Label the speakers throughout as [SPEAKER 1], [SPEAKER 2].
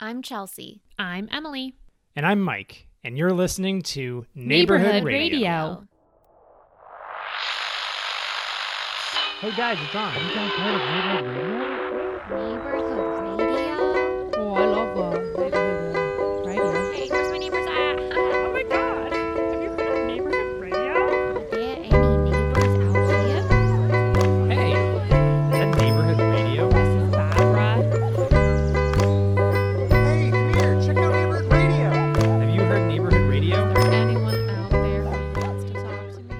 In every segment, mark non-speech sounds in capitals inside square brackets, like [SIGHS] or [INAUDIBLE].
[SPEAKER 1] I'm Chelsea.
[SPEAKER 2] I'm Emily.
[SPEAKER 3] And I'm Mike, and you're listening to
[SPEAKER 2] Neighborhood
[SPEAKER 3] Neighborhood,
[SPEAKER 2] Radio.
[SPEAKER 3] Radio.
[SPEAKER 2] Yo.
[SPEAKER 3] Hey guys, it's on. Have you guys heard of Neighborhood Radio?
[SPEAKER 1] Neighborhood Radio.
[SPEAKER 4] Oh, I love uh, neighborhood uh, radio.
[SPEAKER 1] Hey, where's my neighbors at?
[SPEAKER 5] Oh my god! Have you heard of neighborhood radio?
[SPEAKER 1] Are there any neighbors out here?
[SPEAKER 3] Hey, is that Neighborhood Radio?
[SPEAKER 6] Hey, come here, check out Neighborhood Radio.
[SPEAKER 3] Have you heard Neighborhood Radio?
[SPEAKER 4] Anyone out there who wants to talk to me?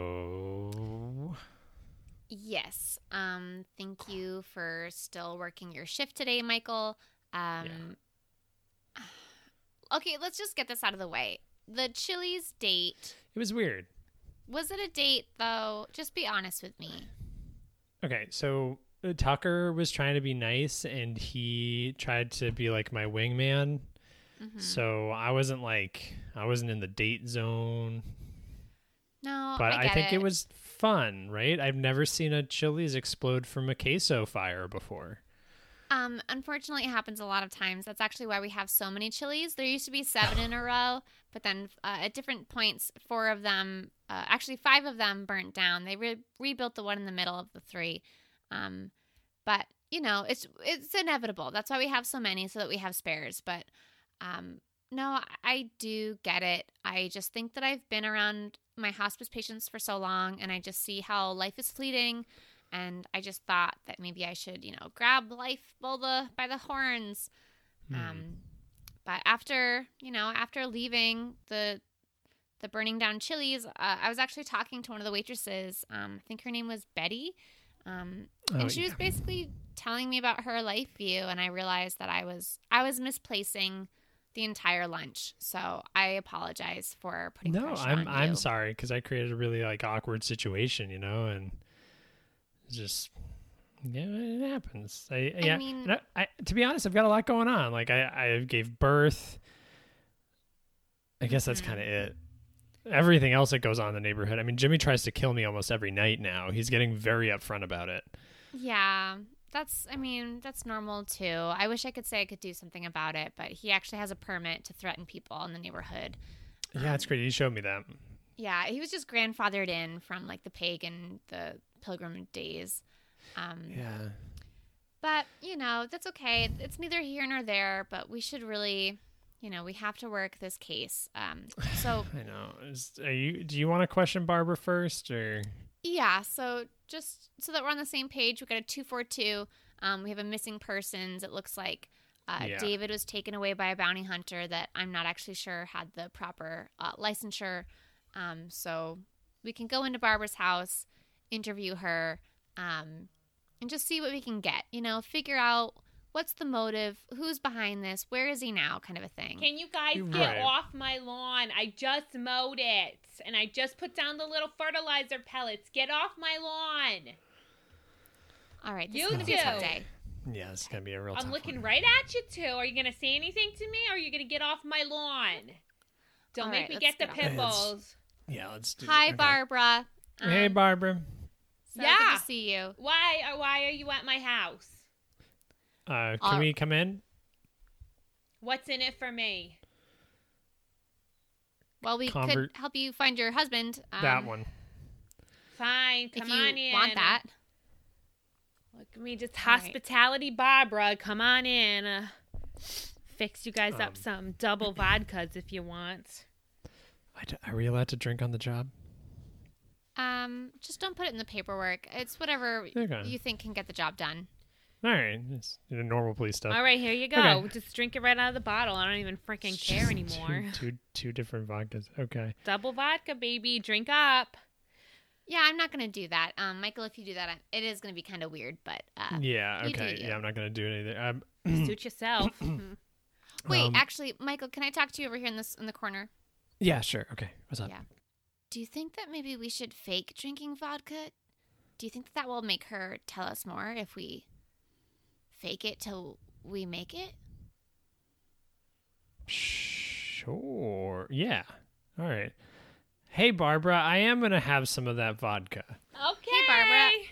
[SPEAKER 3] So,
[SPEAKER 1] Yes. Um, thank you for still working your shift today, Michael. Um, [SIGHS] Okay, let's just get this out of the way. The Chili's date.
[SPEAKER 3] it was weird.
[SPEAKER 1] Was it a date though? Just be honest with me.
[SPEAKER 3] Okay, so uh, Tucker was trying to be nice and he tried to be like my wingman.
[SPEAKER 1] Mm-hmm. Hmm.
[SPEAKER 3] So I wasn't like I wasn't in the date zone,
[SPEAKER 1] No,
[SPEAKER 3] but
[SPEAKER 1] Oh, I,
[SPEAKER 3] I,
[SPEAKER 1] get
[SPEAKER 3] think it. was fun, right? I've never seen a Chili's explode from a queso fire before.
[SPEAKER 1] Um, unfortunately, it happens a lot of times. That's actually why we have so many chilies. There used to be seven in a row, but then uh, at different points, four of them, uh, actually five of them, burnt down. They re- rebuilt the one in the middle of the three. Um, but you know, it's it's inevitable. That's why we have so many, so that we have spares. But um, no, I- I do get it. I just think that I've been around my hospice patients for so long, and I just see how life is fleeting and I just thought that maybe I should, you know, grab life by the by the horns.
[SPEAKER 3] Hmm.
[SPEAKER 1] Um, but after, you know, after leaving the the burning down chilies, uh, I was actually talking to one of the waitresses. Um, I think her name was Betty, um,
[SPEAKER 3] Oh,
[SPEAKER 1] and she was basically telling me about her life view, and I realized that I was I was misplacing the entire lunch. So I apologize for putting
[SPEAKER 3] No,
[SPEAKER 1] pressure
[SPEAKER 3] I'm
[SPEAKER 1] on
[SPEAKER 3] I'm
[SPEAKER 1] you.
[SPEAKER 3] sorry because I created a really like awkward situation, you know, and it's just yeah, it happens. I, yeah,
[SPEAKER 1] mean-
[SPEAKER 3] and I, I, to be honest, I've got a lot going on. Like I I gave birth. I guess that's
[SPEAKER 1] Mm-hmm.
[SPEAKER 3] kind of it. Everything else that goes on in the neighborhood. I mean, Jimmy tries to kill me almost every night now. He's getting very upfront about it.
[SPEAKER 1] Yeah, that's, I mean, that's normal too. I wish I could say I could do something about it, but he actually has a permit to threaten people in the neighborhood.
[SPEAKER 3] Yeah,
[SPEAKER 1] Um,
[SPEAKER 3] it's great. He showed me that.
[SPEAKER 1] Yeah, he was just grandfathered in from like the pagan, the pilgrim days. Um,
[SPEAKER 3] Yeah.
[SPEAKER 1] But, you know, that's okay. It's neither here nor there, but we should really, you know, we have to work this case. Um, so,
[SPEAKER 3] I know. Is, are you? Do you want to question Barbara first, or
[SPEAKER 1] Yeah, so just so that we're on the same page, we got a 242. Um, we have a missing persons. It looks like uh,
[SPEAKER 3] Yeah.
[SPEAKER 1] David was taken away by a bounty hunter that I'm not actually sure had the proper uh, licensure. Um, so we can go into Barbara's house, interview her, um, and just see what we can get. You know, figure out what's the motive, who's behind this, where is he now, kind of a thing.
[SPEAKER 2] Can you guys
[SPEAKER 3] You're
[SPEAKER 2] get
[SPEAKER 3] right.
[SPEAKER 2] off my lawn? I just mowed it and I just put down the little fertilizer pellets. Get off my lawn.
[SPEAKER 1] All right, this
[SPEAKER 2] You
[SPEAKER 1] is gonna be a tough
[SPEAKER 2] do.
[SPEAKER 1] day.
[SPEAKER 3] yeah, it's gonna be a real.
[SPEAKER 2] I'm
[SPEAKER 3] tough
[SPEAKER 2] looking
[SPEAKER 3] one.
[SPEAKER 2] right at you two. Are you going to say anything to me or are you going to get off my lawn? Don't
[SPEAKER 1] All
[SPEAKER 2] make
[SPEAKER 1] right,
[SPEAKER 2] me
[SPEAKER 1] let's
[SPEAKER 2] get the
[SPEAKER 1] get off.
[SPEAKER 2] pimples.
[SPEAKER 3] Yeah, let's do.
[SPEAKER 1] Hi,
[SPEAKER 3] okay.
[SPEAKER 1] Barbara.
[SPEAKER 3] Hey,
[SPEAKER 1] Um,
[SPEAKER 3] Barbara.
[SPEAKER 1] so
[SPEAKER 2] Yeah.
[SPEAKER 1] Good to see you.
[SPEAKER 2] Why are why are you at my house?
[SPEAKER 3] Uh, can
[SPEAKER 1] All-
[SPEAKER 3] we come in?
[SPEAKER 2] What's in it for me?
[SPEAKER 1] Well, we
[SPEAKER 3] Convert-
[SPEAKER 1] could help you find your husband. Um,
[SPEAKER 3] that one.
[SPEAKER 2] Fine,
[SPEAKER 1] If
[SPEAKER 2] come
[SPEAKER 1] you
[SPEAKER 2] on in.
[SPEAKER 1] want that.
[SPEAKER 2] Look at me, just
[SPEAKER 1] All right.
[SPEAKER 2] hospitality, Barbara. Come on in. Uh, fix you guys
[SPEAKER 3] Um,
[SPEAKER 2] up some
[SPEAKER 3] [LAUGHS]
[SPEAKER 2] double vodkas if you want.
[SPEAKER 3] I d- are we allowed to drink on the job?
[SPEAKER 1] Um, just don't put it in the paperwork. It's whatever
[SPEAKER 3] Okay.
[SPEAKER 1] you think can get the job done.
[SPEAKER 3] All right, it's the normal police stuff.
[SPEAKER 2] All right, here you go.
[SPEAKER 3] Okay.
[SPEAKER 2] Just drink it right out of the bottle. I don't even freaking
[SPEAKER 3] It's
[SPEAKER 2] care
[SPEAKER 3] just
[SPEAKER 2] anymore.
[SPEAKER 3] [LAUGHS] Two, two, two different vodkas. Okay.
[SPEAKER 2] Double vodka, baby. Drink
[SPEAKER 3] [CLEARS THROAT]
[SPEAKER 2] up.
[SPEAKER 1] Yeah, I'm not gonna do that. Um, Michael, if you do that, I- it is gonna be kind of weird. But uh,
[SPEAKER 3] Yeah.
[SPEAKER 1] you do
[SPEAKER 3] Okay.
[SPEAKER 1] you.
[SPEAKER 3] Yeah, I'm not gonna do it either. Um,
[SPEAKER 2] Suit
[SPEAKER 3] [CLEARS THROAT]
[SPEAKER 2] yourself.
[SPEAKER 1] wait,
[SPEAKER 3] Um,
[SPEAKER 1] actually, Michael, can I talk to you over here in this in the corner?
[SPEAKER 3] yeah. Sure. Okay. What's up?
[SPEAKER 1] Yeah. Do you think that maybe we should fake drinking vodka? Do you think that, that will make her tell us more if we fake it till we make it?
[SPEAKER 3] Sure. Yeah. All right. Hey, Barbara. I am gonna have some of that vodka.
[SPEAKER 2] Okay,
[SPEAKER 1] Barbara.
[SPEAKER 2] I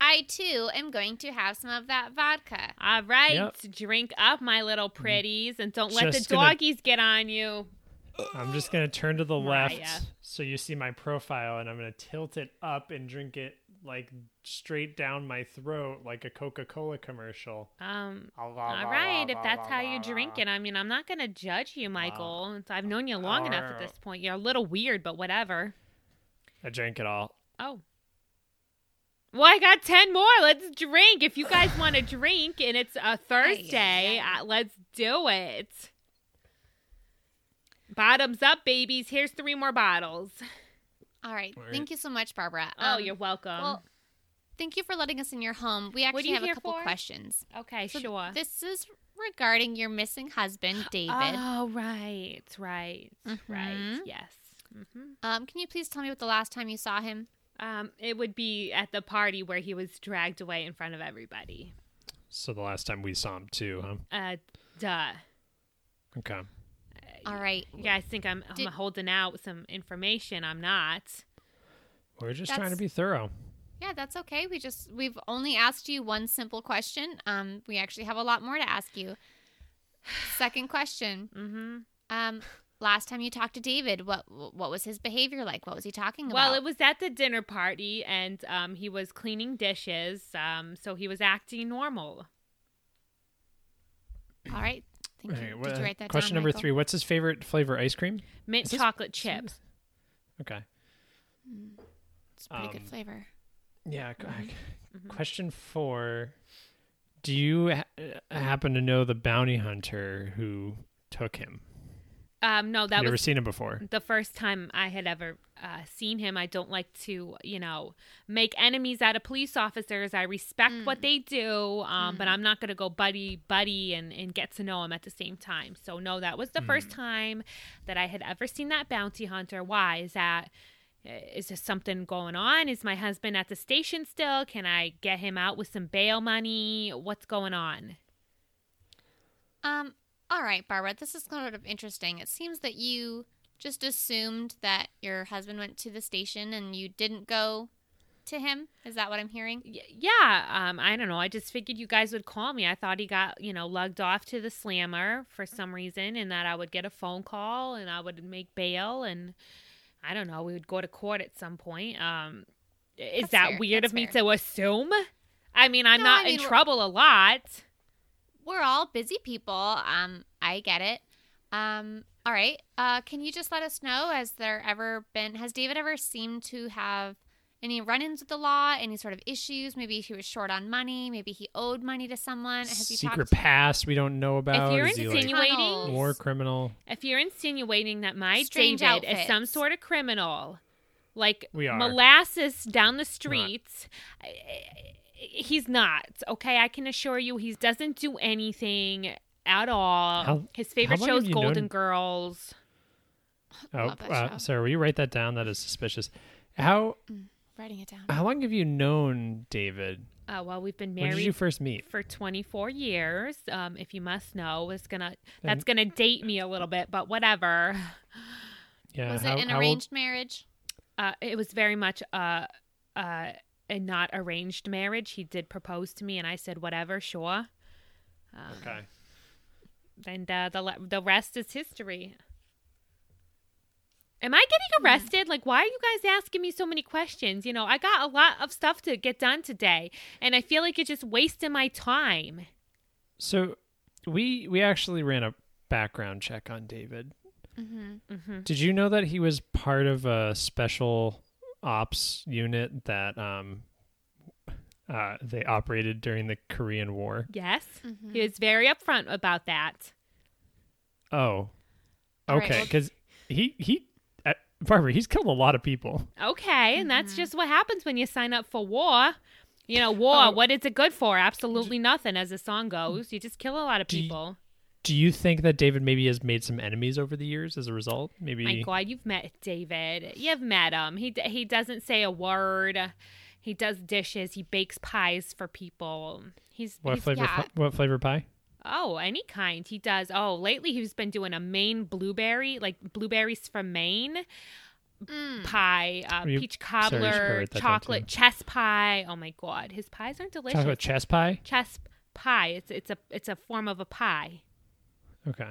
[SPEAKER 1] I too am going to have some of that vodka.
[SPEAKER 2] All right,
[SPEAKER 3] Yep. Mm.
[SPEAKER 2] drink up, my little pretties, and don't let the
[SPEAKER 3] Just gonna-
[SPEAKER 2] doggies get on you.
[SPEAKER 3] I'm just gonna turn to the
[SPEAKER 2] Mariah.
[SPEAKER 3] left so you see my profile, and I'm gonna tilt it up and drink it like straight down my throat, like a Coca-Cola commercial.
[SPEAKER 2] Um,
[SPEAKER 3] All
[SPEAKER 2] all right, if that's how you drink it, I mean, I'm not gonna judge you, Michael. It's- I've known you long enough at
[SPEAKER 3] Wow.
[SPEAKER 2] this point. You're a little weird, but whatever.
[SPEAKER 3] I drank it all.
[SPEAKER 2] Oh. Well, I got 10 more. Let's drink. If you guys want to drink and it's a Thursday, uh, let's do it. Bottoms up, babies. Here's three more bottles.
[SPEAKER 1] All right.
[SPEAKER 3] All right.
[SPEAKER 1] Thank you so much, Barbara.
[SPEAKER 2] Oh,
[SPEAKER 1] Um,
[SPEAKER 2] you're welcome.
[SPEAKER 1] Well, thank you for letting us in your home. We
[SPEAKER 2] What are
[SPEAKER 1] actually
[SPEAKER 2] you
[SPEAKER 1] have a
[SPEAKER 2] here
[SPEAKER 1] couple
[SPEAKER 2] for?
[SPEAKER 1] questions.
[SPEAKER 2] okay,
[SPEAKER 1] So
[SPEAKER 2] sure.
[SPEAKER 1] This is regarding your missing husband, David.
[SPEAKER 2] Oh, right, right, right.
[SPEAKER 1] Mhm.
[SPEAKER 2] Yes. hmm
[SPEAKER 1] um, can you please tell me what the last time you saw him?
[SPEAKER 2] Um, it would be at the party where he was dragged away in front of everybody.
[SPEAKER 3] So the last time we saw him too, huh?
[SPEAKER 2] Uh, duh.
[SPEAKER 3] Okay.
[SPEAKER 2] Uh,
[SPEAKER 1] All right.
[SPEAKER 2] You guys think I'm, I'm
[SPEAKER 1] Did-
[SPEAKER 2] holding out some information? I'm not.
[SPEAKER 3] We're just
[SPEAKER 1] That's-
[SPEAKER 3] trying to be thorough.
[SPEAKER 1] Yeah, that's okay. We just we've only asked you one simple question. Um, we actually have a lot more to ask you. Second question.
[SPEAKER 2] Mm-hmm.
[SPEAKER 1] Um, last time you talked to David, what what was his behavior like? What was he talking about?
[SPEAKER 2] Well, it was at the dinner party, and um, he was cleaning dishes, um, so he was acting normal.
[SPEAKER 1] all right. Thank you.
[SPEAKER 3] Alright,
[SPEAKER 1] Did
[SPEAKER 3] well,
[SPEAKER 1] you write that
[SPEAKER 3] question
[SPEAKER 1] down,
[SPEAKER 3] number
[SPEAKER 1] Michael?
[SPEAKER 3] three: What's his favorite flavor ice cream?
[SPEAKER 2] Mint
[SPEAKER 3] Is this-
[SPEAKER 2] chocolate chips.
[SPEAKER 3] Okay.
[SPEAKER 1] It's pretty
[SPEAKER 3] um,
[SPEAKER 1] good flavor.
[SPEAKER 3] Yeah. c-
[SPEAKER 1] Mm-hmm.
[SPEAKER 3] Question four: Do you ha- uh, happen to know the bounty hunter who took him?
[SPEAKER 2] Um, no, that
[SPEAKER 3] Never
[SPEAKER 2] was
[SPEAKER 3] seen him before.
[SPEAKER 2] the first time I had ever uh, seen him. I don't like to, you know, make enemies out of police officers. I respect what they do, um, but I'm not going to go buddy buddy and, and get to know him at the same time. So, no, that was the first time that I had ever seen that bounty hunter. Why is that? uh, Is there something going on? Is my husband at the station still? Can I get him out with some bail money? What's going on?
[SPEAKER 1] Um, all right, Barbara, this is kind of interesting. It seems that you just assumed that your husband went to the station and you didn't go to him. Is that what I'm hearing?
[SPEAKER 2] Y- yeah um i don't know i just figured you guys would call me i thought he got you know lugged off to the slammer for some reason and that i would get a phone call and i would make bail and i don't know we would go to court at some point um is
[SPEAKER 1] That's
[SPEAKER 2] that
[SPEAKER 1] fair.
[SPEAKER 2] weird
[SPEAKER 1] That's
[SPEAKER 2] of me
[SPEAKER 1] fair.
[SPEAKER 2] to assume i mean i'm
[SPEAKER 1] No,
[SPEAKER 2] not
[SPEAKER 1] I mean,
[SPEAKER 2] in
[SPEAKER 1] we're-
[SPEAKER 2] trouble a lot
[SPEAKER 1] We're all busy people. Um, I get it. Um, all right. Uh, can you just let us know has there ever been has David ever seemed to have any run-ins with the law, any sort of issues? Maybe he was short on money, maybe he owed money to someone. Has he
[SPEAKER 3] Secret
[SPEAKER 1] talked to
[SPEAKER 3] past we don't know about.
[SPEAKER 2] you're
[SPEAKER 3] Is he, like,
[SPEAKER 2] insinuating-
[SPEAKER 1] tunnels?
[SPEAKER 3] war criminal?
[SPEAKER 2] if you're insinuating that my
[SPEAKER 1] Strange
[SPEAKER 2] David is
[SPEAKER 1] outfits.
[SPEAKER 2] some sort of criminal, like
[SPEAKER 3] We are.
[SPEAKER 2] molasses down the streets, I- I- he's not. Okay, I can assure you, he doesn't do anything at all.
[SPEAKER 3] How-
[SPEAKER 2] His
[SPEAKER 3] how
[SPEAKER 2] favorite
[SPEAKER 3] long
[SPEAKER 2] show
[SPEAKER 3] have
[SPEAKER 2] is
[SPEAKER 3] you
[SPEAKER 2] Golden
[SPEAKER 3] known-
[SPEAKER 2] Girls.
[SPEAKER 3] Oh,
[SPEAKER 1] Love that
[SPEAKER 3] uh,
[SPEAKER 1] show.
[SPEAKER 3] Sarah, will you write that down? That is suspicious. How
[SPEAKER 1] writing it down?
[SPEAKER 3] how long have you known David?
[SPEAKER 2] Uh, well, we've been
[SPEAKER 3] When did you
[SPEAKER 2] married
[SPEAKER 3] first meet?
[SPEAKER 2] for 24 years. Um, if you must know, it's gonna that's gonna date me a little bit, but whatever.
[SPEAKER 3] Yeah,
[SPEAKER 1] was
[SPEAKER 3] how,
[SPEAKER 1] it an
[SPEAKER 3] how old-
[SPEAKER 1] arranged marriage?
[SPEAKER 2] uh, it was very much a, a, a not arranged marriage. He did propose to me, and I said, whatever, sure. Um,
[SPEAKER 3] Okay.
[SPEAKER 2] And uh, the, le- the rest is history. Am I getting arrested? Like, why are you guys asking me so many questions? You know, I got a lot of stuff to get done today, and I feel like you're just wasting my time.
[SPEAKER 3] So we we actually ran a background check on David.
[SPEAKER 1] Mm-hmm,
[SPEAKER 2] Mhm.
[SPEAKER 3] Did you know that he was part of a special ops unit that um uh, they operated during the Korean War?
[SPEAKER 2] Yes.
[SPEAKER 1] mm-hmm.
[SPEAKER 2] He was very upfront about that.
[SPEAKER 3] Oh,
[SPEAKER 1] All right,
[SPEAKER 3] okay.
[SPEAKER 1] well-
[SPEAKER 3] Because he he uh, Barbara, he's killed a lot of people.
[SPEAKER 2] Okay, and that's
[SPEAKER 3] Mm-hmm.
[SPEAKER 2] just what happens when you sign up for war. You know, war,
[SPEAKER 3] Oh.
[SPEAKER 2] what is it good for? Absolutely nothing, as the song goes. You just kill a lot of
[SPEAKER 3] Do you-
[SPEAKER 2] people.
[SPEAKER 3] Do you think that David maybe has made some enemies over the years as a result? Maybe
[SPEAKER 2] My God, you've met David. You've met him. He, d- he doesn't say a word. He does dishes. He bakes pies for people. He's,
[SPEAKER 3] what
[SPEAKER 2] he's-
[SPEAKER 3] flavor
[SPEAKER 1] yeah.
[SPEAKER 3] pi- what flavor pie?
[SPEAKER 2] oh, any kind. He does. Oh, lately he's been doing a Maine blueberry, like blueberries from Maine.
[SPEAKER 1] Mm.
[SPEAKER 2] pie, uh,
[SPEAKER 3] Hmm. You-
[SPEAKER 2] peach
[SPEAKER 3] should
[SPEAKER 2] cobbler,
[SPEAKER 3] write that down,
[SPEAKER 2] chocolate
[SPEAKER 3] too.
[SPEAKER 2] chess pie. Oh my god, his pies are delicious.
[SPEAKER 3] Chocolate chess pie.
[SPEAKER 2] chess pie. It's it's a it's a form of a pie.
[SPEAKER 3] Okay.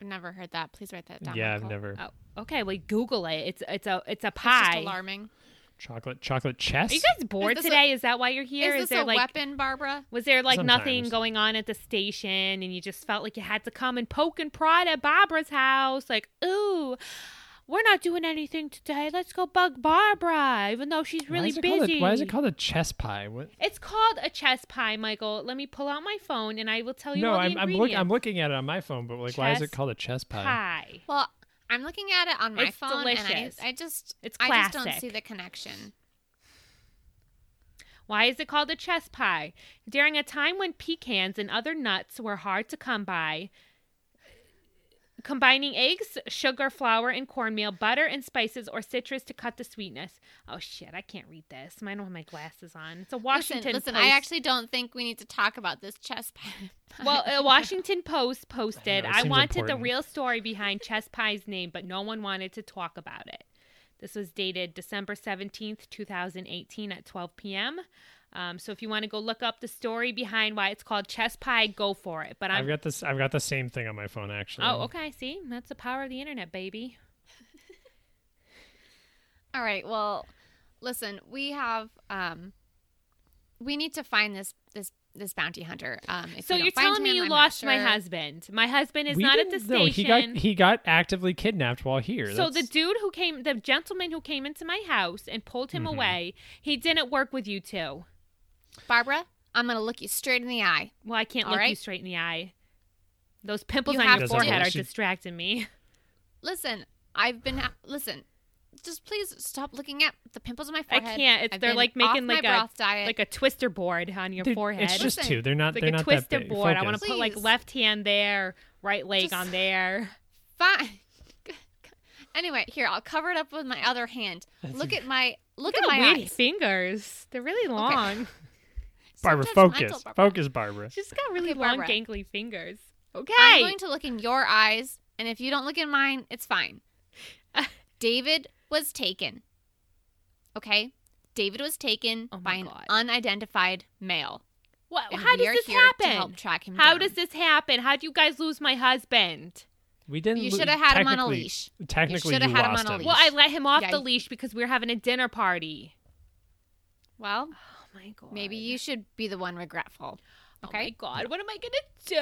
[SPEAKER 1] I've never heard that. Please write that down.
[SPEAKER 3] yeah, I've
[SPEAKER 1] Michael.
[SPEAKER 3] never
[SPEAKER 2] Oh, okay, well Google it. It's it's a it's a
[SPEAKER 1] That's
[SPEAKER 2] pie.
[SPEAKER 1] just alarming.
[SPEAKER 3] chocolate chocolate chess.
[SPEAKER 2] Are you guys bored
[SPEAKER 1] this a-
[SPEAKER 2] today? is that why you're here?
[SPEAKER 1] Is this
[SPEAKER 2] there
[SPEAKER 1] a
[SPEAKER 2] like
[SPEAKER 1] weapon, Barbara?
[SPEAKER 2] was there like nothing
[SPEAKER 3] Sometimes.
[SPEAKER 2] going on at the station and you just felt like you had to come and poke and prod at Barbara's house? Like, ooh, we're not doing anything today. Let's go bug Barbara, even though she's
[SPEAKER 3] why
[SPEAKER 2] really
[SPEAKER 3] is it called
[SPEAKER 2] busy.
[SPEAKER 3] a, why is it called a chess pie? What?
[SPEAKER 2] It's called a chess pie, Michael. Let me pull out my phone and I will tell you
[SPEAKER 3] No,
[SPEAKER 2] all the
[SPEAKER 3] I'm I'm, look,
[SPEAKER 2] ingredients.
[SPEAKER 3] I'm looking at it on my phone, but like, why is
[SPEAKER 2] Chess
[SPEAKER 3] it called a chess pie?
[SPEAKER 2] pie.
[SPEAKER 1] Well, I'm looking at it on my
[SPEAKER 2] It's
[SPEAKER 1] phone,
[SPEAKER 2] delicious.
[SPEAKER 1] and I, I just
[SPEAKER 2] It's
[SPEAKER 1] I just don't
[SPEAKER 2] classic.
[SPEAKER 1] see the connection.
[SPEAKER 2] Why is it called a chess pie? During a time when pecans and other nuts were hard to come by, combining eggs, sugar, flour, and cornmeal, butter, and spices or citrus to cut the sweetness. Oh shit, I can't read this. I don't have my glasses on. It's a Washington.
[SPEAKER 1] listen, listen
[SPEAKER 2] Post.
[SPEAKER 1] I actually don't think we need to talk about this chess [LAUGHS] pie.
[SPEAKER 2] Well, a Washington Post posted,
[SPEAKER 3] I know, it
[SPEAKER 2] I,
[SPEAKER 3] seems
[SPEAKER 2] wanted
[SPEAKER 3] important.
[SPEAKER 2] the real story behind Chess Pie's name, but no one wanted to talk about it. This was dated December 17th, 2018 at 12 p.m. Um, so if you want to go look up the story behind why it's called Chess Pie, go for it. But
[SPEAKER 3] I've
[SPEAKER 2] I'm.
[SPEAKER 3] got this. I've got the same thing on my phone actually.
[SPEAKER 2] Oh, okay. See, that's the power of the internet, baby.
[SPEAKER 1] All right. Well, listen, we have um we need to find this this this bounty hunter. Um if
[SPEAKER 2] So
[SPEAKER 1] we don't
[SPEAKER 2] you're
[SPEAKER 1] find
[SPEAKER 2] telling me
[SPEAKER 1] him,
[SPEAKER 2] you
[SPEAKER 1] I'm not
[SPEAKER 2] lost my
[SPEAKER 1] sure.
[SPEAKER 2] husband. My husband is
[SPEAKER 3] We
[SPEAKER 2] not at the
[SPEAKER 3] didn't-
[SPEAKER 2] station.
[SPEAKER 3] no, he got he got actively kidnapped while here.
[SPEAKER 2] So the
[SPEAKER 3] That's-
[SPEAKER 2] dude who came, the gentleman who came into my house and pulled him
[SPEAKER 3] Mm-hmm.
[SPEAKER 2] away, he didn't work with you two.
[SPEAKER 1] Barbara, I'm going to look you straight in the eye.
[SPEAKER 2] Well, I can't
[SPEAKER 1] All
[SPEAKER 2] look you
[SPEAKER 1] right.
[SPEAKER 2] straight in the eye. Those pimples
[SPEAKER 1] You
[SPEAKER 2] on
[SPEAKER 1] have
[SPEAKER 2] your
[SPEAKER 1] to-
[SPEAKER 2] forehead are
[SPEAKER 3] She-
[SPEAKER 2] distracting me. [LAUGHS]
[SPEAKER 1] Listen, I've been ha- listen. Just please stop looking at the pimples on my
[SPEAKER 2] I
[SPEAKER 1] forehead.
[SPEAKER 2] can't. It's,
[SPEAKER 1] I've
[SPEAKER 2] they're
[SPEAKER 1] been
[SPEAKER 2] like
[SPEAKER 1] off
[SPEAKER 2] making
[SPEAKER 1] my
[SPEAKER 2] like a
[SPEAKER 1] broth diet.
[SPEAKER 2] like a twister board on your
[SPEAKER 3] They're-
[SPEAKER 2] forehead.
[SPEAKER 3] It's just
[SPEAKER 1] Listen,
[SPEAKER 3] two. They're not.
[SPEAKER 2] like
[SPEAKER 3] they're
[SPEAKER 2] a
[SPEAKER 3] not
[SPEAKER 2] twister
[SPEAKER 3] that big.
[SPEAKER 2] board. I want to
[SPEAKER 3] Focus.
[SPEAKER 2] put like
[SPEAKER 1] Please.
[SPEAKER 2] left hand there, right leg
[SPEAKER 1] Just-
[SPEAKER 2] on there.
[SPEAKER 1] fine. [LAUGHS] anyway, here I'll cover it up with my other hand. look at my look at
[SPEAKER 2] Look at
[SPEAKER 1] my
[SPEAKER 2] weird
[SPEAKER 1] eyes.
[SPEAKER 2] fingers. They're really long.
[SPEAKER 3] Barbara,
[SPEAKER 1] So judgmental,
[SPEAKER 3] focus,
[SPEAKER 1] Barbara.
[SPEAKER 3] focus, Barbara.
[SPEAKER 2] She's got really
[SPEAKER 1] Okay,
[SPEAKER 2] long,
[SPEAKER 1] Barbara.
[SPEAKER 2] gangly fingers. Okay.
[SPEAKER 1] I'm going to look in your eyes, and if you don't look in mine, it's
[SPEAKER 2] [LAUGHS]
[SPEAKER 1] fine. David was taken. Okay? David was taken
[SPEAKER 2] Oh my
[SPEAKER 1] by an
[SPEAKER 2] God.
[SPEAKER 1] unidentified male.
[SPEAKER 2] Wha-
[SPEAKER 1] and we
[SPEAKER 2] how does
[SPEAKER 1] are
[SPEAKER 2] this
[SPEAKER 1] here
[SPEAKER 2] happen?
[SPEAKER 1] To help track him
[SPEAKER 2] How
[SPEAKER 1] down.
[SPEAKER 2] does this happen? How do you guys lose my husband?
[SPEAKER 3] We didn't.
[SPEAKER 1] You
[SPEAKER 3] lo-
[SPEAKER 1] should have had him on a
[SPEAKER 3] technically-
[SPEAKER 1] leash.
[SPEAKER 3] Technically,
[SPEAKER 1] should
[SPEAKER 3] you
[SPEAKER 1] have had him
[SPEAKER 3] lost
[SPEAKER 1] on a
[SPEAKER 3] him.
[SPEAKER 1] leash.
[SPEAKER 2] Well, I let him off
[SPEAKER 1] Yeah,
[SPEAKER 2] the
[SPEAKER 1] you-
[SPEAKER 2] leash because we were having a dinner party.
[SPEAKER 1] Well,
[SPEAKER 2] Oh my god.
[SPEAKER 1] maybe you should be the one regretful.
[SPEAKER 2] Oh my
[SPEAKER 1] Okay?
[SPEAKER 2] god, what am I gonna do?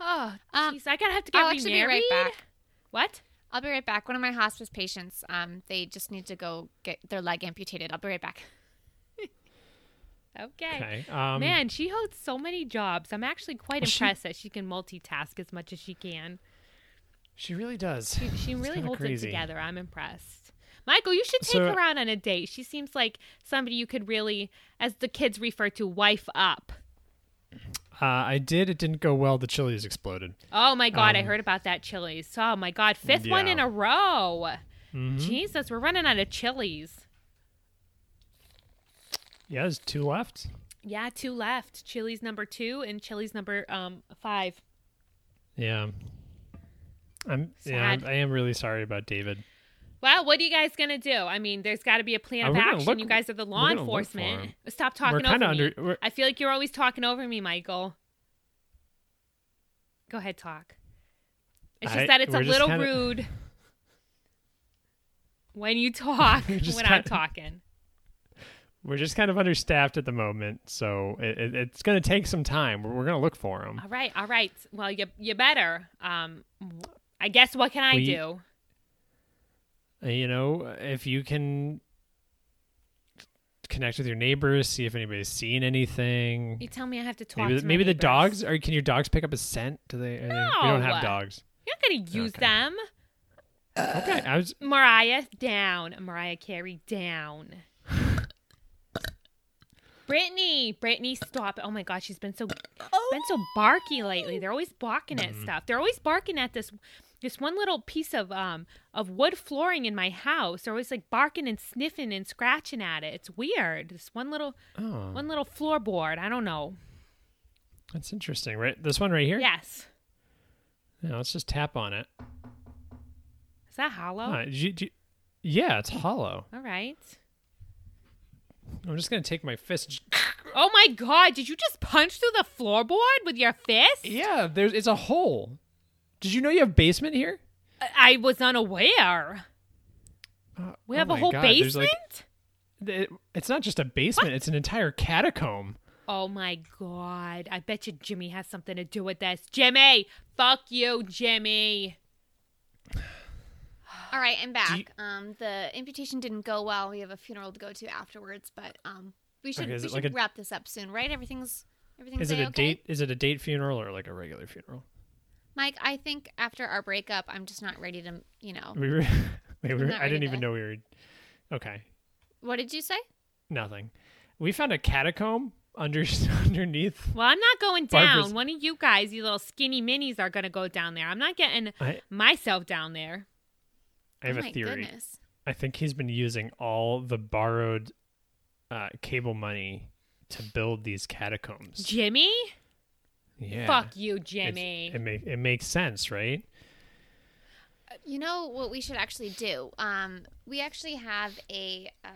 [SPEAKER 2] Oh,
[SPEAKER 1] Um,
[SPEAKER 2] jeez, I gotta have to get
[SPEAKER 1] I'll actually be
[SPEAKER 2] remarried.
[SPEAKER 1] right back.
[SPEAKER 2] What?
[SPEAKER 1] I'll be right back. One of my hospice patients, um, they just need to go get their leg amputated. I'll be right
[SPEAKER 3] [SIGHS]
[SPEAKER 1] back.
[SPEAKER 2] Okay.
[SPEAKER 3] Okay. Um,
[SPEAKER 2] Man, she holds so many jobs. I'm actually quite
[SPEAKER 3] Well, she-
[SPEAKER 2] impressed that she can multitask as much as she can.
[SPEAKER 3] she really does.
[SPEAKER 2] She, she really
[SPEAKER 3] kinda
[SPEAKER 2] holds
[SPEAKER 3] crazy.
[SPEAKER 2] it together. I'm impressed. Michael, you should take
[SPEAKER 3] So-
[SPEAKER 2] her out on a date. She seems like somebody you could really, as the kids refer to, wife up.
[SPEAKER 3] Uh, I did. It didn't go well. The chilies exploded.
[SPEAKER 2] Oh my god, I
[SPEAKER 3] Um,
[SPEAKER 2] heard about that Chili's. Oh my god, fifth one
[SPEAKER 3] yeah. Mm-hmm.
[SPEAKER 2] in a row. Jesus, we're running out of Chili's.
[SPEAKER 3] Yeah, there's two left.
[SPEAKER 2] Yeah, two left. Chili's number two and Chili's number um five.
[SPEAKER 3] Yeah. I'm. Yeah, I'm-
[SPEAKER 2] Sad.
[SPEAKER 3] I am really sorry about David.
[SPEAKER 2] Well, what are you guys gonna do? I mean, there's got to be a plan
[SPEAKER 3] Uh,
[SPEAKER 2] of
[SPEAKER 3] we're gonna
[SPEAKER 2] action.
[SPEAKER 3] look-
[SPEAKER 2] you guys are the
[SPEAKER 3] we're
[SPEAKER 2] law
[SPEAKER 3] gonna look for
[SPEAKER 2] enforcement.
[SPEAKER 3] him.
[SPEAKER 2] Stop talking
[SPEAKER 3] We're kinda
[SPEAKER 2] over me.
[SPEAKER 3] under- we're-
[SPEAKER 2] I feel like you're always talking over me, Michael. Go ahead, talk. It's just
[SPEAKER 3] I-
[SPEAKER 2] that it's a
[SPEAKER 3] we're just
[SPEAKER 2] little
[SPEAKER 3] kinda- [LAUGHS]
[SPEAKER 2] rude when you talk
[SPEAKER 3] [LAUGHS] We're
[SPEAKER 2] when
[SPEAKER 3] just
[SPEAKER 2] I'm
[SPEAKER 3] kinda-
[SPEAKER 2] talking.
[SPEAKER 3] We're just kind of understaffed at the moment, so it, it, it's going to take some time. We're, we're going to look for him.
[SPEAKER 2] All right, all right. Well, you you better. Um, I guess what can I
[SPEAKER 3] We-
[SPEAKER 2] do?
[SPEAKER 3] Uh, You know, if you can connect with your neighbors, see if anybody's seen anything.
[SPEAKER 2] You tell me I have to talk.
[SPEAKER 3] Maybe,
[SPEAKER 2] to my
[SPEAKER 3] maybe the
[SPEAKER 2] neighbors.
[SPEAKER 3] dogs are. Can your dogs pick up a scent? Do they? Are they we
[SPEAKER 2] No.
[SPEAKER 3] don't have dogs.
[SPEAKER 2] You're not gonna use
[SPEAKER 3] Okay.
[SPEAKER 2] them.
[SPEAKER 3] Okay, I was.
[SPEAKER 2] Mariah down. Mariah Carey down. Brittany, Brittany, stop! Oh my God, she's been so been so barky lately. They're always barking at stuff. They're always barking at this this one little piece of um of wood flooring in my house. They're always like barking and sniffing and scratching at it. It's weird. This one little
[SPEAKER 3] Oh,
[SPEAKER 2] one little floorboard. I don't know.
[SPEAKER 3] that's interesting. Right, this one right here.
[SPEAKER 2] Yes.
[SPEAKER 3] Yeah, let's just tap on it.
[SPEAKER 2] Is that hollow?
[SPEAKER 3] Huh, did you- did you- yeah, it's hollow.
[SPEAKER 2] All right.
[SPEAKER 3] I'm just gonna take my
[SPEAKER 2] [LAUGHS]
[SPEAKER 3] fist.
[SPEAKER 2] Oh my god, did you just punch through the floorboard with your fist?
[SPEAKER 3] Yeah, there's it's a hole. Did you know you have basement here?
[SPEAKER 2] I I was unaware.
[SPEAKER 3] Uh,
[SPEAKER 2] We
[SPEAKER 3] oh
[SPEAKER 2] have a
[SPEAKER 3] my
[SPEAKER 2] whole
[SPEAKER 3] God, there's,
[SPEAKER 2] basement?
[SPEAKER 3] like- it- it's not just a basement; it's an entire catacomb.
[SPEAKER 2] oh my god. I bet you Jimmy has something to do with this. Jimmy! Fuck you, Jimmy.
[SPEAKER 1] All right, I'm back.
[SPEAKER 3] you-
[SPEAKER 1] Um, the imputation didn't go well. We have a funeral to go to afterwards, but um, we should
[SPEAKER 3] Okay, is
[SPEAKER 1] we
[SPEAKER 3] it
[SPEAKER 1] should
[SPEAKER 3] like a-
[SPEAKER 1] wrap this up soon, right? Everything's everything's
[SPEAKER 3] Is it a
[SPEAKER 1] okay?
[SPEAKER 3] date? Is it a date funeral or like a regular funeral?
[SPEAKER 1] Mike, I think after our breakup, I'm just not ready to, you know.
[SPEAKER 3] We were. [LAUGHS] we were
[SPEAKER 1] not
[SPEAKER 3] I didn't
[SPEAKER 1] ready
[SPEAKER 3] even
[SPEAKER 1] to-
[SPEAKER 3] know we were. Okay,
[SPEAKER 1] What did you say?
[SPEAKER 3] nothing. We found a catacomb under [LAUGHS] underneath.
[SPEAKER 2] Well, I'm not going down.
[SPEAKER 3] Barbara's-
[SPEAKER 2] One of you guys, you little skinny minis, are gonna go down there. I'm not getting
[SPEAKER 3] I,
[SPEAKER 2] myself down there.
[SPEAKER 3] I have
[SPEAKER 1] oh
[SPEAKER 3] a
[SPEAKER 1] my
[SPEAKER 3] theory.
[SPEAKER 1] goodness.
[SPEAKER 3] I think he's been using all the borrowed uh, cable money to build these catacombs.
[SPEAKER 2] Jimmy?
[SPEAKER 3] Yeah.
[SPEAKER 2] Fuck you,
[SPEAKER 3] It's-
[SPEAKER 2] Jimmy.
[SPEAKER 3] It, ma- it makes sense, right?
[SPEAKER 1] You know what we should actually do? Um, we actually have a uh,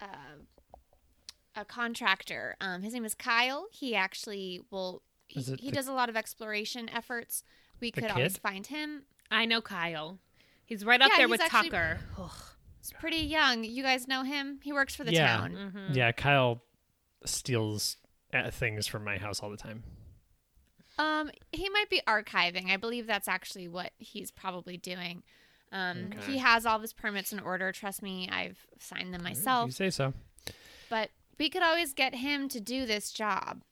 [SPEAKER 1] uh, a contractor. Um, his name is Kyle. He actually will. He,
[SPEAKER 3] Is it
[SPEAKER 1] he
[SPEAKER 3] the-
[SPEAKER 1] does a lot of exploration efforts. We
[SPEAKER 3] The
[SPEAKER 1] could always
[SPEAKER 3] kid?
[SPEAKER 1] find him.
[SPEAKER 2] I know Kyle. He's right up
[SPEAKER 1] Yeah,
[SPEAKER 2] there
[SPEAKER 1] he's
[SPEAKER 2] with
[SPEAKER 1] actually-
[SPEAKER 2] Tucker.
[SPEAKER 1] He's pretty young. You guys know him. He works for the
[SPEAKER 3] Yeah.
[SPEAKER 1] town.
[SPEAKER 2] Mm-hmm.
[SPEAKER 3] Yeah, Kyle steals uh, things from my house all the time.
[SPEAKER 1] Um, he might be archiving. I believe that's actually what he's probably doing. Um,
[SPEAKER 3] Okay. Oh,
[SPEAKER 1] he has all of his permits in order. Trust me, I've signed them
[SPEAKER 3] You
[SPEAKER 1] myself.
[SPEAKER 3] say so.
[SPEAKER 1] But we could always get him to do this job.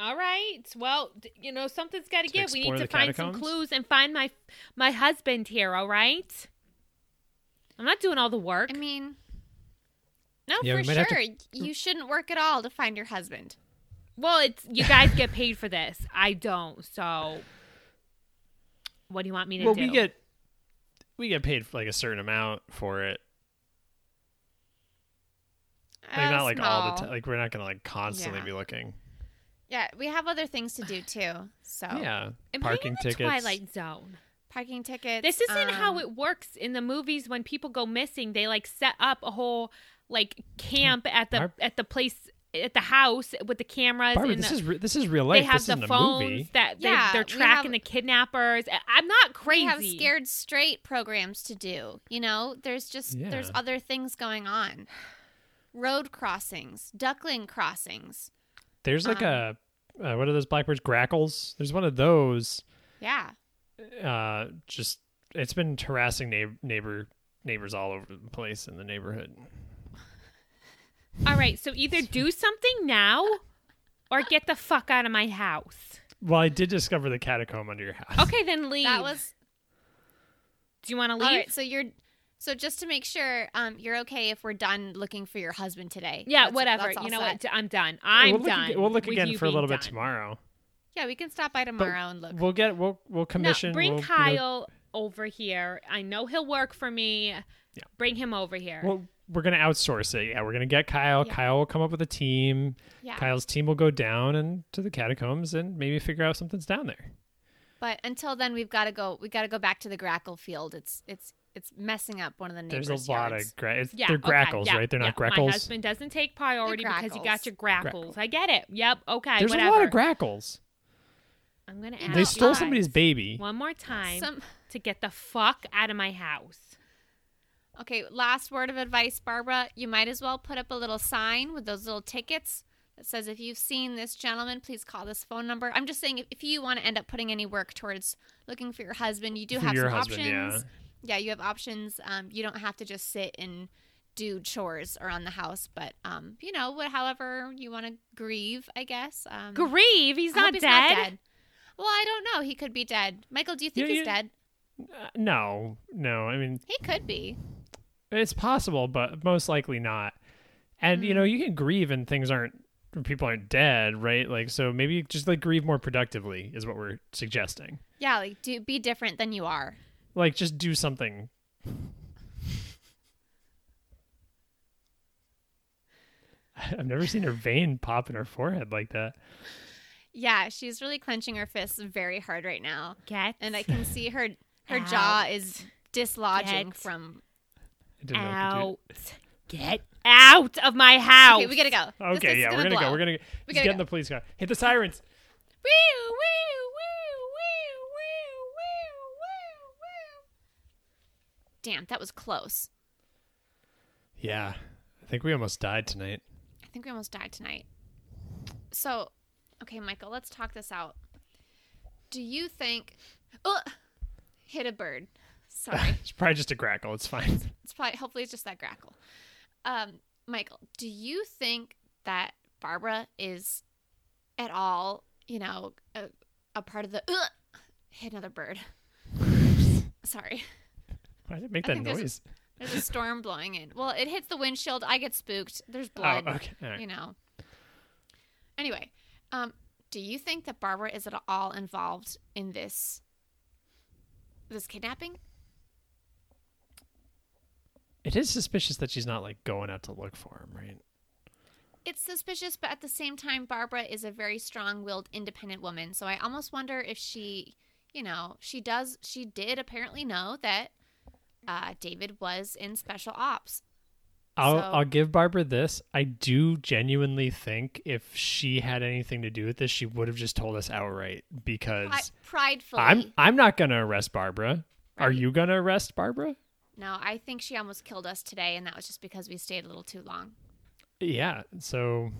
[SPEAKER 2] All right. Well, d- you know something's got to give. We
[SPEAKER 3] explore
[SPEAKER 2] need to
[SPEAKER 3] the
[SPEAKER 2] find some
[SPEAKER 3] catacombs?
[SPEAKER 2] clues and find my my husband here. All right. I'm not doing all the work.
[SPEAKER 1] I mean, no,
[SPEAKER 3] Yeah, we
[SPEAKER 1] for
[SPEAKER 3] might have to-
[SPEAKER 1] sure. You shouldn't work at all to find your husband.
[SPEAKER 2] well, it's you guys get paid for this. I don't. So, what do you want me to
[SPEAKER 3] Well,
[SPEAKER 2] do?
[SPEAKER 3] we get we get paid like a certain amount for it. Like
[SPEAKER 1] Uh,
[SPEAKER 3] not like all the
[SPEAKER 1] small.
[SPEAKER 3] time. Like we're not gonna like constantly
[SPEAKER 1] Yeah.
[SPEAKER 3] be looking.
[SPEAKER 1] Yeah, we have other things to [SIGHS] do too. So
[SPEAKER 3] Yeah,
[SPEAKER 2] And put it
[SPEAKER 3] parking
[SPEAKER 2] in the
[SPEAKER 3] tickets.
[SPEAKER 2] Twilight Zone.
[SPEAKER 1] parking tickets.
[SPEAKER 2] This isn't how
[SPEAKER 1] um,
[SPEAKER 2] it works in the movies when people go missing. They like set up a whole like camp at the
[SPEAKER 3] Barb-
[SPEAKER 2] at the place at the house with the cameras
[SPEAKER 3] Barbara,
[SPEAKER 2] and
[SPEAKER 3] this
[SPEAKER 2] the,
[SPEAKER 3] is re- this is real life.
[SPEAKER 2] They have
[SPEAKER 3] this
[SPEAKER 2] the
[SPEAKER 3] isn't a
[SPEAKER 2] phones
[SPEAKER 3] movie.
[SPEAKER 2] that they,
[SPEAKER 1] Yeah,
[SPEAKER 2] they're
[SPEAKER 1] we have-
[SPEAKER 2] tracking the kidnappers. I- I'm not crazy.
[SPEAKER 1] We have scared straight programs to do. You know, there's just there's
[SPEAKER 3] Yeah.
[SPEAKER 1] other things going on. Road crossings, duckling crossings.
[SPEAKER 3] There's like
[SPEAKER 1] um,
[SPEAKER 3] a uh, what are those blackbirds? Grackles. There's one of those.
[SPEAKER 1] Yeah.
[SPEAKER 3] Uh, just it's been harassing neighbor, neighbor neighbors all over the place in the neighborhood.
[SPEAKER 2] All right, so either do something now or get the fuck out of my house.
[SPEAKER 3] Well, I did discover the catacomb under your house.
[SPEAKER 2] Okay, then leave.
[SPEAKER 1] That was
[SPEAKER 2] Do you want to leave?
[SPEAKER 1] All right, so you're so just to make sure um, you're okay if we're done looking for your husband today.
[SPEAKER 2] yeah,
[SPEAKER 1] That's-
[SPEAKER 2] whatever.
[SPEAKER 1] that's all
[SPEAKER 2] You know
[SPEAKER 1] set.
[SPEAKER 2] what? I'm done. I'm
[SPEAKER 3] [LAUGHS] we'll look,
[SPEAKER 2] done.
[SPEAKER 3] ag- We'll look
[SPEAKER 2] with
[SPEAKER 3] again
[SPEAKER 2] you
[SPEAKER 3] for a
[SPEAKER 2] being
[SPEAKER 3] little bit
[SPEAKER 2] done.
[SPEAKER 3] tomorrow.
[SPEAKER 1] Yeah, we can stop by tomorrow and look.
[SPEAKER 3] We'll get we'll we'll commission.
[SPEAKER 2] No, bring
[SPEAKER 3] we'll,
[SPEAKER 2] Kyle over here. I know he'll work for me.
[SPEAKER 3] Yeah.
[SPEAKER 2] Bring him over here.
[SPEAKER 3] We'll, we're gonna outsource it. Yeah, we're gonna get Kyle.
[SPEAKER 1] Yeah.
[SPEAKER 3] Kyle will come up with a team.
[SPEAKER 1] yeah,
[SPEAKER 3] Kyle's team will go down and to the catacombs and maybe figure out something's down there.
[SPEAKER 1] but until then, we've got to go. We got to go back to the grackle field. It's it's it's messing up one of the neighbors.
[SPEAKER 3] There's a lot
[SPEAKER 1] yards.
[SPEAKER 3] of gra- it's,
[SPEAKER 2] yeah,
[SPEAKER 3] they're
[SPEAKER 2] okay,
[SPEAKER 3] grackles,
[SPEAKER 2] yeah,
[SPEAKER 3] right? They're not
[SPEAKER 2] yeah.
[SPEAKER 3] grackles.
[SPEAKER 2] My husband doesn't take priority because you got
[SPEAKER 1] grackles.
[SPEAKER 2] your grackles. I get it. Yep. Okay.
[SPEAKER 3] There's
[SPEAKER 2] whatever.
[SPEAKER 3] a lot of grackles.
[SPEAKER 2] I'm gonna
[SPEAKER 1] You
[SPEAKER 2] ask.
[SPEAKER 1] know,
[SPEAKER 3] They
[SPEAKER 1] No,
[SPEAKER 2] you
[SPEAKER 3] stole
[SPEAKER 1] uh,
[SPEAKER 2] guys
[SPEAKER 3] somebody's baby.
[SPEAKER 2] one more time
[SPEAKER 1] Some
[SPEAKER 2] to get the fuck out of my house.
[SPEAKER 1] okay. Last word of advice, Barbara. You might as well put up a little sign with those little tickets that says, "If you've seen this gentleman, please call this phone number." I'm just saying, if, if you want to end up putting any work towards looking for your husband, you do
[SPEAKER 3] For
[SPEAKER 1] have
[SPEAKER 3] your
[SPEAKER 1] some
[SPEAKER 3] husband, yeah.
[SPEAKER 1] options. yeah you have options um, you don't have to just sit and do chores around the house but um, you know what however you want to grieve i guess um,
[SPEAKER 2] Grieve, he's,
[SPEAKER 1] I hope
[SPEAKER 2] not,
[SPEAKER 1] he's
[SPEAKER 2] dead.
[SPEAKER 1] well i don't know he could be dead michael do you think
[SPEAKER 3] Yeah,
[SPEAKER 1] he's
[SPEAKER 3] yeah.
[SPEAKER 1] dead
[SPEAKER 3] Uh, no, no. I mean,
[SPEAKER 1] he could be
[SPEAKER 3] it's possible, but most likely not. And
[SPEAKER 2] Hmm.
[SPEAKER 3] you know, you can grieve and things aren't when people aren't dead, right? Like so maybe just like grieve more productively is what we're suggesting.
[SPEAKER 1] yeah like do be different than you are
[SPEAKER 3] Like just do something. [LAUGHS] I've never seen her vein pop in her forehead like that.
[SPEAKER 1] yeah she's really clenching her fists very hard right now
[SPEAKER 2] Get
[SPEAKER 1] and i can see her [LAUGHS] Her jaw
[SPEAKER 2] Out.
[SPEAKER 1] is dislodging
[SPEAKER 2] Get
[SPEAKER 1] from.
[SPEAKER 3] I didn't know I could do-
[SPEAKER 2] out. Get out of my house.
[SPEAKER 1] Okay, we gotta go. This-
[SPEAKER 3] Okay,
[SPEAKER 1] this is
[SPEAKER 3] yeah, we're gonna
[SPEAKER 1] blow.
[SPEAKER 3] go. We're gonna
[SPEAKER 1] We
[SPEAKER 3] just
[SPEAKER 1] gotta
[SPEAKER 3] get
[SPEAKER 1] go.
[SPEAKER 3] in the police car. Hit the sirens.
[SPEAKER 1] Woo, woo, woo, woo, woo, woo, woo, woo. Damn, that was close.
[SPEAKER 3] Yeah, I think we almost died tonight.
[SPEAKER 1] I think we almost died tonight. So, okay, Michael, let's talk this out. Do you think. Ugh! hit a bird. Sorry.
[SPEAKER 3] [LAUGHS] It's probably just a crackle. It's fine. [LAUGHS]
[SPEAKER 1] It's probably, hopefully, it's just that grackle. Um, Michael, do you think that Barbara is at all, you know, a, a part of the. Ugh! hit another bird. [LAUGHS] Sorry.
[SPEAKER 3] Why did it make
[SPEAKER 1] I
[SPEAKER 3] that
[SPEAKER 1] think there's a
[SPEAKER 3] noise?
[SPEAKER 1] There's a storm blowing in. Well, it hits the windshield. I get spooked. There's blood.
[SPEAKER 3] Oh, okay. All right.
[SPEAKER 1] You know. Anyway, um, do you think that Barbara is at all involved in this this kidnapping?
[SPEAKER 3] It is suspicious that she's not like going out to look for him, right?
[SPEAKER 1] It's suspicious, but at the same time, Barbara is a very strong-willed, independent woman. So I almost wonder if she, you know, she does. She did apparently know that uh, David was in special ops.
[SPEAKER 3] I'll
[SPEAKER 1] So-
[SPEAKER 3] I'll give Barbara this. I do genuinely think if she had anything to do with this, she would have just told us outright because
[SPEAKER 1] Pri- pridefully,
[SPEAKER 3] I'm I'm not gonna arrest Barbara. Are you gonna arrest Barbara?
[SPEAKER 1] No, I think she almost killed us today, and that was just because we stayed a little too long.
[SPEAKER 3] Yeah. So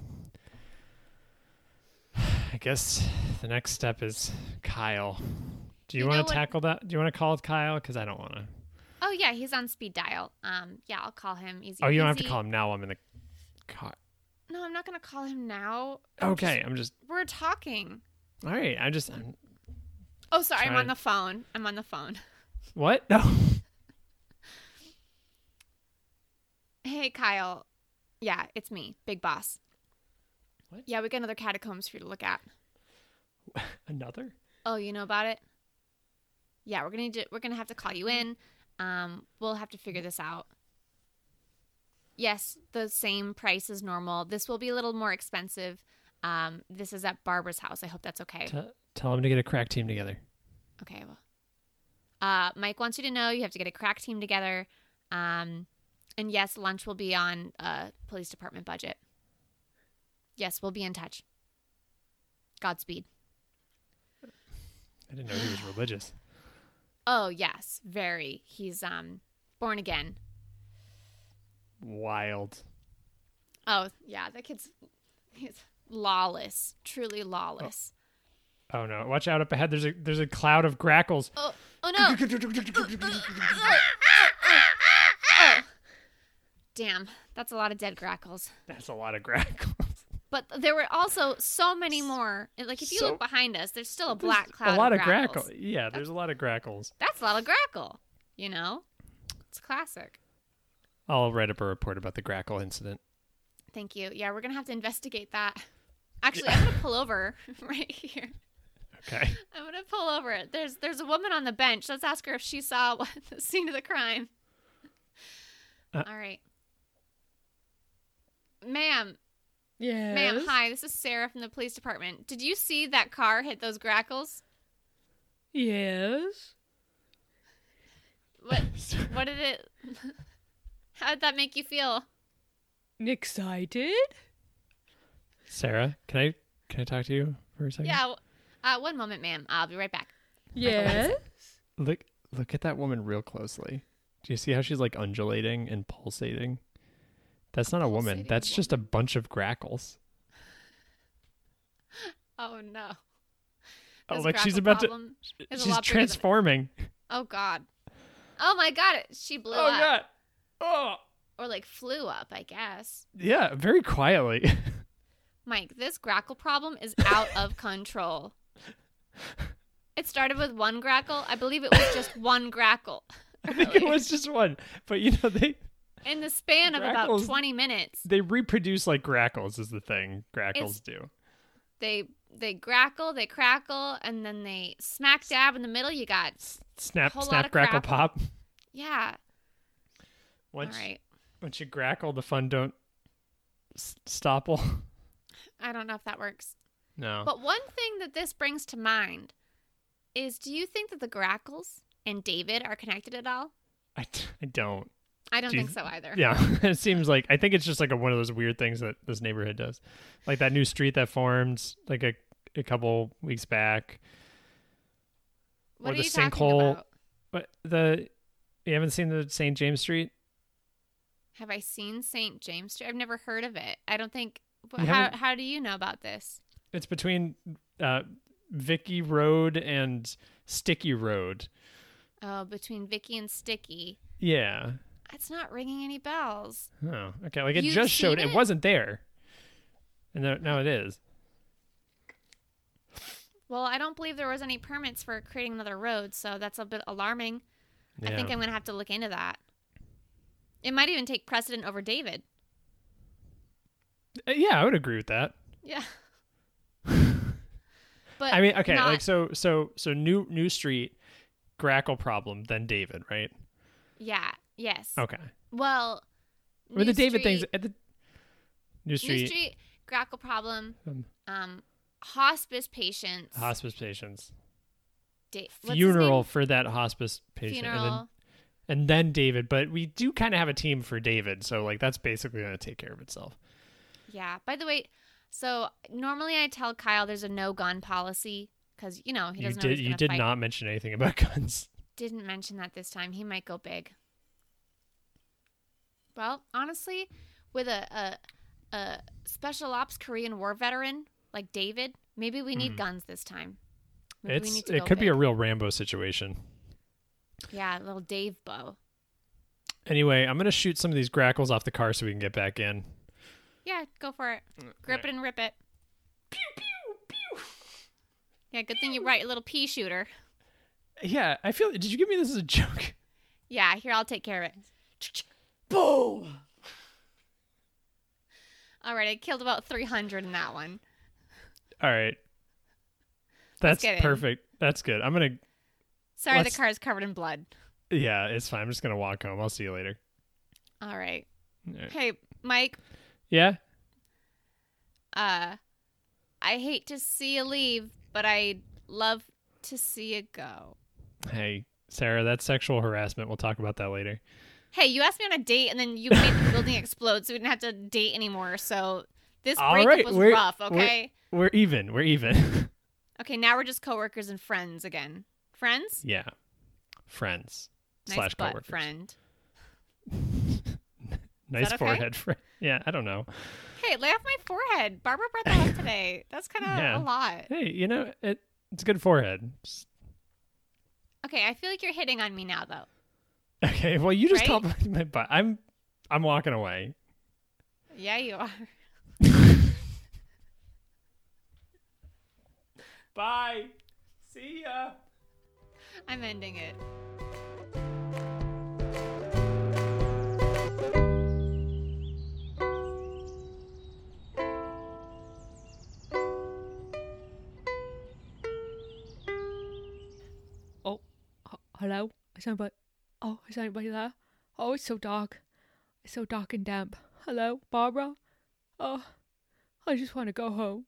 [SPEAKER 3] [SIGHS] I guess the next step is Kyle. Do
[SPEAKER 1] You
[SPEAKER 3] you,
[SPEAKER 1] know
[SPEAKER 3] want
[SPEAKER 1] what-
[SPEAKER 3] to tackle that? Do you want to call Kyle? Because I don't want to.
[SPEAKER 1] Oh yeah, he's on speed dial. Um, yeah, I'll call him easy.
[SPEAKER 3] Oh, you don't have to
[SPEAKER 1] peasy.
[SPEAKER 3] call him now. I'm in the car.
[SPEAKER 1] No, I'm not gonna call him now.
[SPEAKER 3] Okay. I'm just.
[SPEAKER 1] We're talking.
[SPEAKER 3] All right. I'm just. I'm,
[SPEAKER 1] Oh, sorry, I'm on
[SPEAKER 3] Trying.
[SPEAKER 1] the phone. I'm on the phone. [LAUGHS]
[SPEAKER 3] what? [LAUGHS] No.
[SPEAKER 1] Hey, Kyle. Yeah, it's me, Big Boss.
[SPEAKER 3] What?
[SPEAKER 1] Yeah, we got another catacombs for you to look at.
[SPEAKER 3] Another?
[SPEAKER 1] Oh, you know about it? Yeah, we're gonna need to, we're gonna have to call you
[SPEAKER 3] Mm-hmm.
[SPEAKER 1] in. Um, we'll have to figure this out. Yes, the same price as normal. This will be a little more expensive. Um, this is at Barbara's house. I hope that's okay.
[SPEAKER 3] T- tell him to get a crack team together.
[SPEAKER 1] Okay, well. Uh, Mike wants you to know you have to get a crack team together. Um, and yes, lunch will be on uh, police department budget. Yes, we'll be in touch. Godspeed.
[SPEAKER 3] I didn't know he was religious.
[SPEAKER 1] Oh yes, very. He's um born again.
[SPEAKER 3] Wild.
[SPEAKER 1] Oh yeah, that kid's he's lawless, truly lawless.
[SPEAKER 3] Oh no! Watch out up ahead. There's a there's a cloud of grackles.
[SPEAKER 1] Oh oh no! Oh. Damn, that's a lot of dead grackles.
[SPEAKER 3] That's a lot
[SPEAKER 1] [LAUGHS]
[SPEAKER 3] of grackles.
[SPEAKER 1] But there were also so many more. And, Like if you
[SPEAKER 3] So-
[SPEAKER 1] look behind us, there's still a black
[SPEAKER 3] There's
[SPEAKER 1] cloud.
[SPEAKER 3] A lot of
[SPEAKER 1] grackles.
[SPEAKER 3] grackle. Yeah, there's a lot of grackles.
[SPEAKER 1] That's a lot of grackle. You know, it's classic.
[SPEAKER 3] I'll write up a report about the grackle incident.
[SPEAKER 1] Thank you. Yeah, we're gonna have to investigate that. Actually, I'm
[SPEAKER 3] [LAUGHS]
[SPEAKER 1] gonna pull over [LAUGHS] right here. [LAUGHS]
[SPEAKER 3] Okay.
[SPEAKER 1] I'm gonna pull over. There's there's a woman on the bench. Let's ask her if she saw [LAUGHS] what, the scene of the crime.
[SPEAKER 3] Uh,
[SPEAKER 1] All right, ma'am,
[SPEAKER 2] Yeah.
[SPEAKER 1] ma'am. Hi, this is Sarah from the police department. Did you see that car hit those grackles?
[SPEAKER 2] Yes.
[SPEAKER 3] [LAUGHS]
[SPEAKER 1] What what did it? [LAUGHS] How did that make you feel?
[SPEAKER 2] [LAUGHS] Excited?
[SPEAKER 3] Sarah, can I can I talk to you for a second?
[SPEAKER 1] Yeah. w- Uh, one moment, ma'am. I'll be right back.
[SPEAKER 2] Yes.
[SPEAKER 3] Look look at that woman real closely. Do you see how she's like undulating and pulsating? That's not a woman.
[SPEAKER 1] Pulsating
[SPEAKER 3] That's just a bunch of grackles.
[SPEAKER 1] Oh no.
[SPEAKER 3] Oh,
[SPEAKER 1] This
[SPEAKER 3] like she's
[SPEAKER 1] grackle
[SPEAKER 3] about
[SPEAKER 1] problem
[SPEAKER 3] to.
[SPEAKER 1] is a
[SPEAKER 3] She's
[SPEAKER 1] lot bigger than-
[SPEAKER 3] transforming.
[SPEAKER 1] Oh god. Oh my god. it- She blew
[SPEAKER 3] Oh
[SPEAKER 1] up,
[SPEAKER 3] god. Oh
[SPEAKER 1] or like flew up, I guess.
[SPEAKER 3] yeah, very quietly.
[SPEAKER 1] Mike, this grackle problem is out
[SPEAKER 3] [LAUGHS]
[SPEAKER 1] of control. It started with one grackle. I believe it was
[SPEAKER 3] [LAUGHS]
[SPEAKER 1] just one grackle.
[SPEAKER 3] I think it was just one, but you know they
[SPEAKER 1] In the span of about
[SPEAKER 3] Grackles-
[SPEAKER 1] 20 minutes,
[SPEAKER 3] they reproduce like grackles is the thing
[SPEAKER 1] It's-
[SPEAKER 3] grackles do.
[SPEAKER 1] they they grackle, they crackle, and then they smack dab in the middle. You got
[SPEAKER 3] Snap,
[SPEAKER 1] whole lot
[SPEAKER 3] snap,
[SPEAKER 1] of
[SPEAKER 3] grackle,
[SPEAKER 1] grapple.
[SPEAKER 3] pop.
[SPEAKER 1] yeah. All
[SPEAKER 3] Once
[SPEAKER 1] right.
[SPEAKER 3] once you grackle, the fun don't s- stopple. [LAUGHS]
[SPEAKER 1] I don't know if that works.
[SPEAKER 3] No.
[SPEAKER 1] But one thing that this brings to mind is do you think that the grackles and David are connected at all?
[SPEAKER 3] I, t-
[SPEAKER 1] [LAUGHS]
[SPEAKER 3] I don't.
[SPEAKER 1] I don't
[SPEAKER 3] Do you-
[SPEAKER 1] think so either.
[SPEAKER 3] Yeah, [LAUGHS] it seems like I think it's just like a, one of those weird things that this neighborhood does, like that new street that formed like a a couple weeks back.
[SPEAKER 1] What
[SPEAKER 3] Or
[SPEAKER 1] are
[SPEAKER 3] the
[SPEAKER 1] you talking
[SPEAKER 3] sinkhole-
[SPEAKER 1] about?
[SPEAKER 3] But the you haven't seen the St. James Street?
[SPEAKER 1] Have I seen St. James Street? I've never heard of it. I don't think. but
[SPEAKER 3] You
[SPEAKER 1] How,
[SPEAKER 3] haven't-
[SPEAKER 1] how do you know about this?
[SPEAKER 3] It's between uh, Vicky Road and Sticky Road.
[SPEAKER 1] Oh, between Vicky and Sticky,
[SPEAKER 3] Yeah.
[SPEAKER 1] it's not ringing any bells.
[SPEAKER 3] Oh, okay. Like it
[SPEAKER 1] You've
[SPEAKER 3] just showed
[SPEAKER 1] seen
[SPEAKER 3] it?
[SPEAKER 1] it?
[SPEAKER 3] wasn't there, and now- now it is.
[SPEAKER 1] Well, I don't believe there was any permits for creating another road, so that's a bit alarming. I think
[SPEAKER 3] Yeah.
[SPEAKER 1] I'm gonna have to look into that. It might even take precedent over David.
[SPEAKER 3] Uh, yeah, I would agree with that. [LAUGHS]
[SPEAKER 1] Yeah. but
[SPEAKER 3] I mean, okay,
[SPEAKER 1] not-
[SPEAKER 3] like so, so, so new new street, Grackle problem, then David, right?
[SPEAKER 1] yeah, yes.
[SPEAKER 3] Okay,
[SPEAKER 1] Well,
[SPEAKER 3] Oh. with
[SPEAKER 1] New
[SPEAKER 3] the David things
[SPEAKER 1] Street-
[SPEAKER 3] at the new street,
[SPEAKER 1] New Street grackle problem,
[SPEAKER 3] Um,
[SPEAKER 1] um, hospice patients,
[SPEAKER 3] hospice patients,
[SPEAKER 1] da- what's his
[SPEAKER 3] funeral
[SPEAKER 1] name?
[SPEAKER 3] for that hospice patient,
[SPEAKER 1] funeral.
[SPEAKER 3] and then and then David. But we do kind of have a team for David, so like that's basically going to take care of itself.
[SPEAKER 1] Yeah. By the way, so normally I tell Kyle there's a no gun policy because you know he
[SPEAKER 3] you
[SPEAKER 1] doesn't. know
[SPEAKER 3] did
[SPEAKER 1] he's
[SPEAKER 3] you
[SPEAKER 1] gonna
[SPEAKER 3] did
[SPEAKER 1] fight.
[SPEAKER 3] not mention anything about [LAUGHS] guns.
[SPEAKER 1] Didn't mention that this time. He might go big. Well, honestly, with a a, a special ops Korean War veteran like David, maybe we need guns this time. Maybe we
[SPEAKER 3] Mm-hmm. it's
[SPEAKER 1] need to
[SPEAKER 3] it
[SPEAKER 1] go
[SPEAKER 3] could be a
[SPEAKER 1] big.
[SPEAKER 3] real Rambo situation.
[SPEAKER 1] yeah, little Dave bow.
[SPEAKER 3] Anyway, I'm going to shoot some of these grackles off the car so we can get back in.
[SPEAKER 1] Yeah, go for it.
[SPEAKER 3] Mm,
[SPEAKER 1] Grip it and rip it. Yeah, good thing you write a little pea shooter.
[SPEAKER 3] Yeah, I feel. Did you give me this as a joke? [LAUGHS]
[SPEAKER 1] Yeah, here I'll take care of it.
[SPEAKER 6] Boom!
[SPEAKER 1] All right, I killed about 300 in that one.
[SPEAKER 3] All right. That's
[SPEAKER 1] get in.
[SPEAKER 3] perfect. That's good. I'm going
[SPEAKER 1] Sorry,
[SPEAKER 3] Let's-
[SPEAKER 1] the car's covered in blood.
[SPEAKER 3] to Yeah, it's fine. I'm just going to walk home. I'll see you later.
[SPEAKER 1] All right.
[SPEAKER 3] Alright.
[SPEAKER 1] Hey, Mike,
[SPEAKER 3] Yeah?
[SPEAKER 1] uh I hate to see you leave, but I love to see you go.
[SPEAKER 3] Hey, Sarah, that's sexual harassment. We'll talk about that later.
[SPEAKER 1] Hey, you asked me on a date and then you made
[SPEAKER 3] [LAUGHS]
[SPEAKER 1] the building explode, so we didn't have to date anymore. So this
[SPEAKER 3] All
[SPEAKER 1] breakup
[SPEAKER 3] right,
[SPEAKER 1] was
[SPEAKER 3] we're-
[SPEAKER 1] rough,
[SPEAKER 3] we're-
[SPEAKER 1] okay?
[SPEAKER 3] We're even. We're even. [LAUGHS]
[SPEAKER 1] Okay, now we're just coworkers and friends again. Friends?
[SPEAKER 3] yeah. Friends.
[SPEAKER 1] Nice
[SPEAKER 3] slash
[SPEAKER 1] butt
[SPEAKER 3] coworkers.
[SPEAKER 1] friend.
[SPEAKER 3] Nice
[SPEAKER 1] that okay? Oh,
[SPEAKER 3] forehead friend. [LAUGHS] Yeah, I don't know.
[SPEAKER 1] Hey, lay off my forehead. Barbara brought that up today. That's kind of
[SPEAKER 3] [LAUGHS] Yeah.
[SPEAKER 1] a lot.
[SPEAKER 3] Hey, you know, it, it's a good forehead. Just-
[SPEAKER 1] Okay, I feel like you're hitting on me now, though.
[SPEAKER 3] [LAUGHS] Okay, well, you just
[SPEAKER 1] Right?
[SPEAKER 3] complimented my butt. I'm I'm walking away.
[SPEAKER 1] Yeah, you are. [LAUGHS]
[SPEAKER 3] Bye. See ya.
[SPEAKER 1] I'm ending it.
[SPEAKER 2] Oh, h- hello? Is anybody? Oh, is anybody there? Oh, it's so dark. It's so dark and damp. Hello, Barbara? Oh, I just want to go home.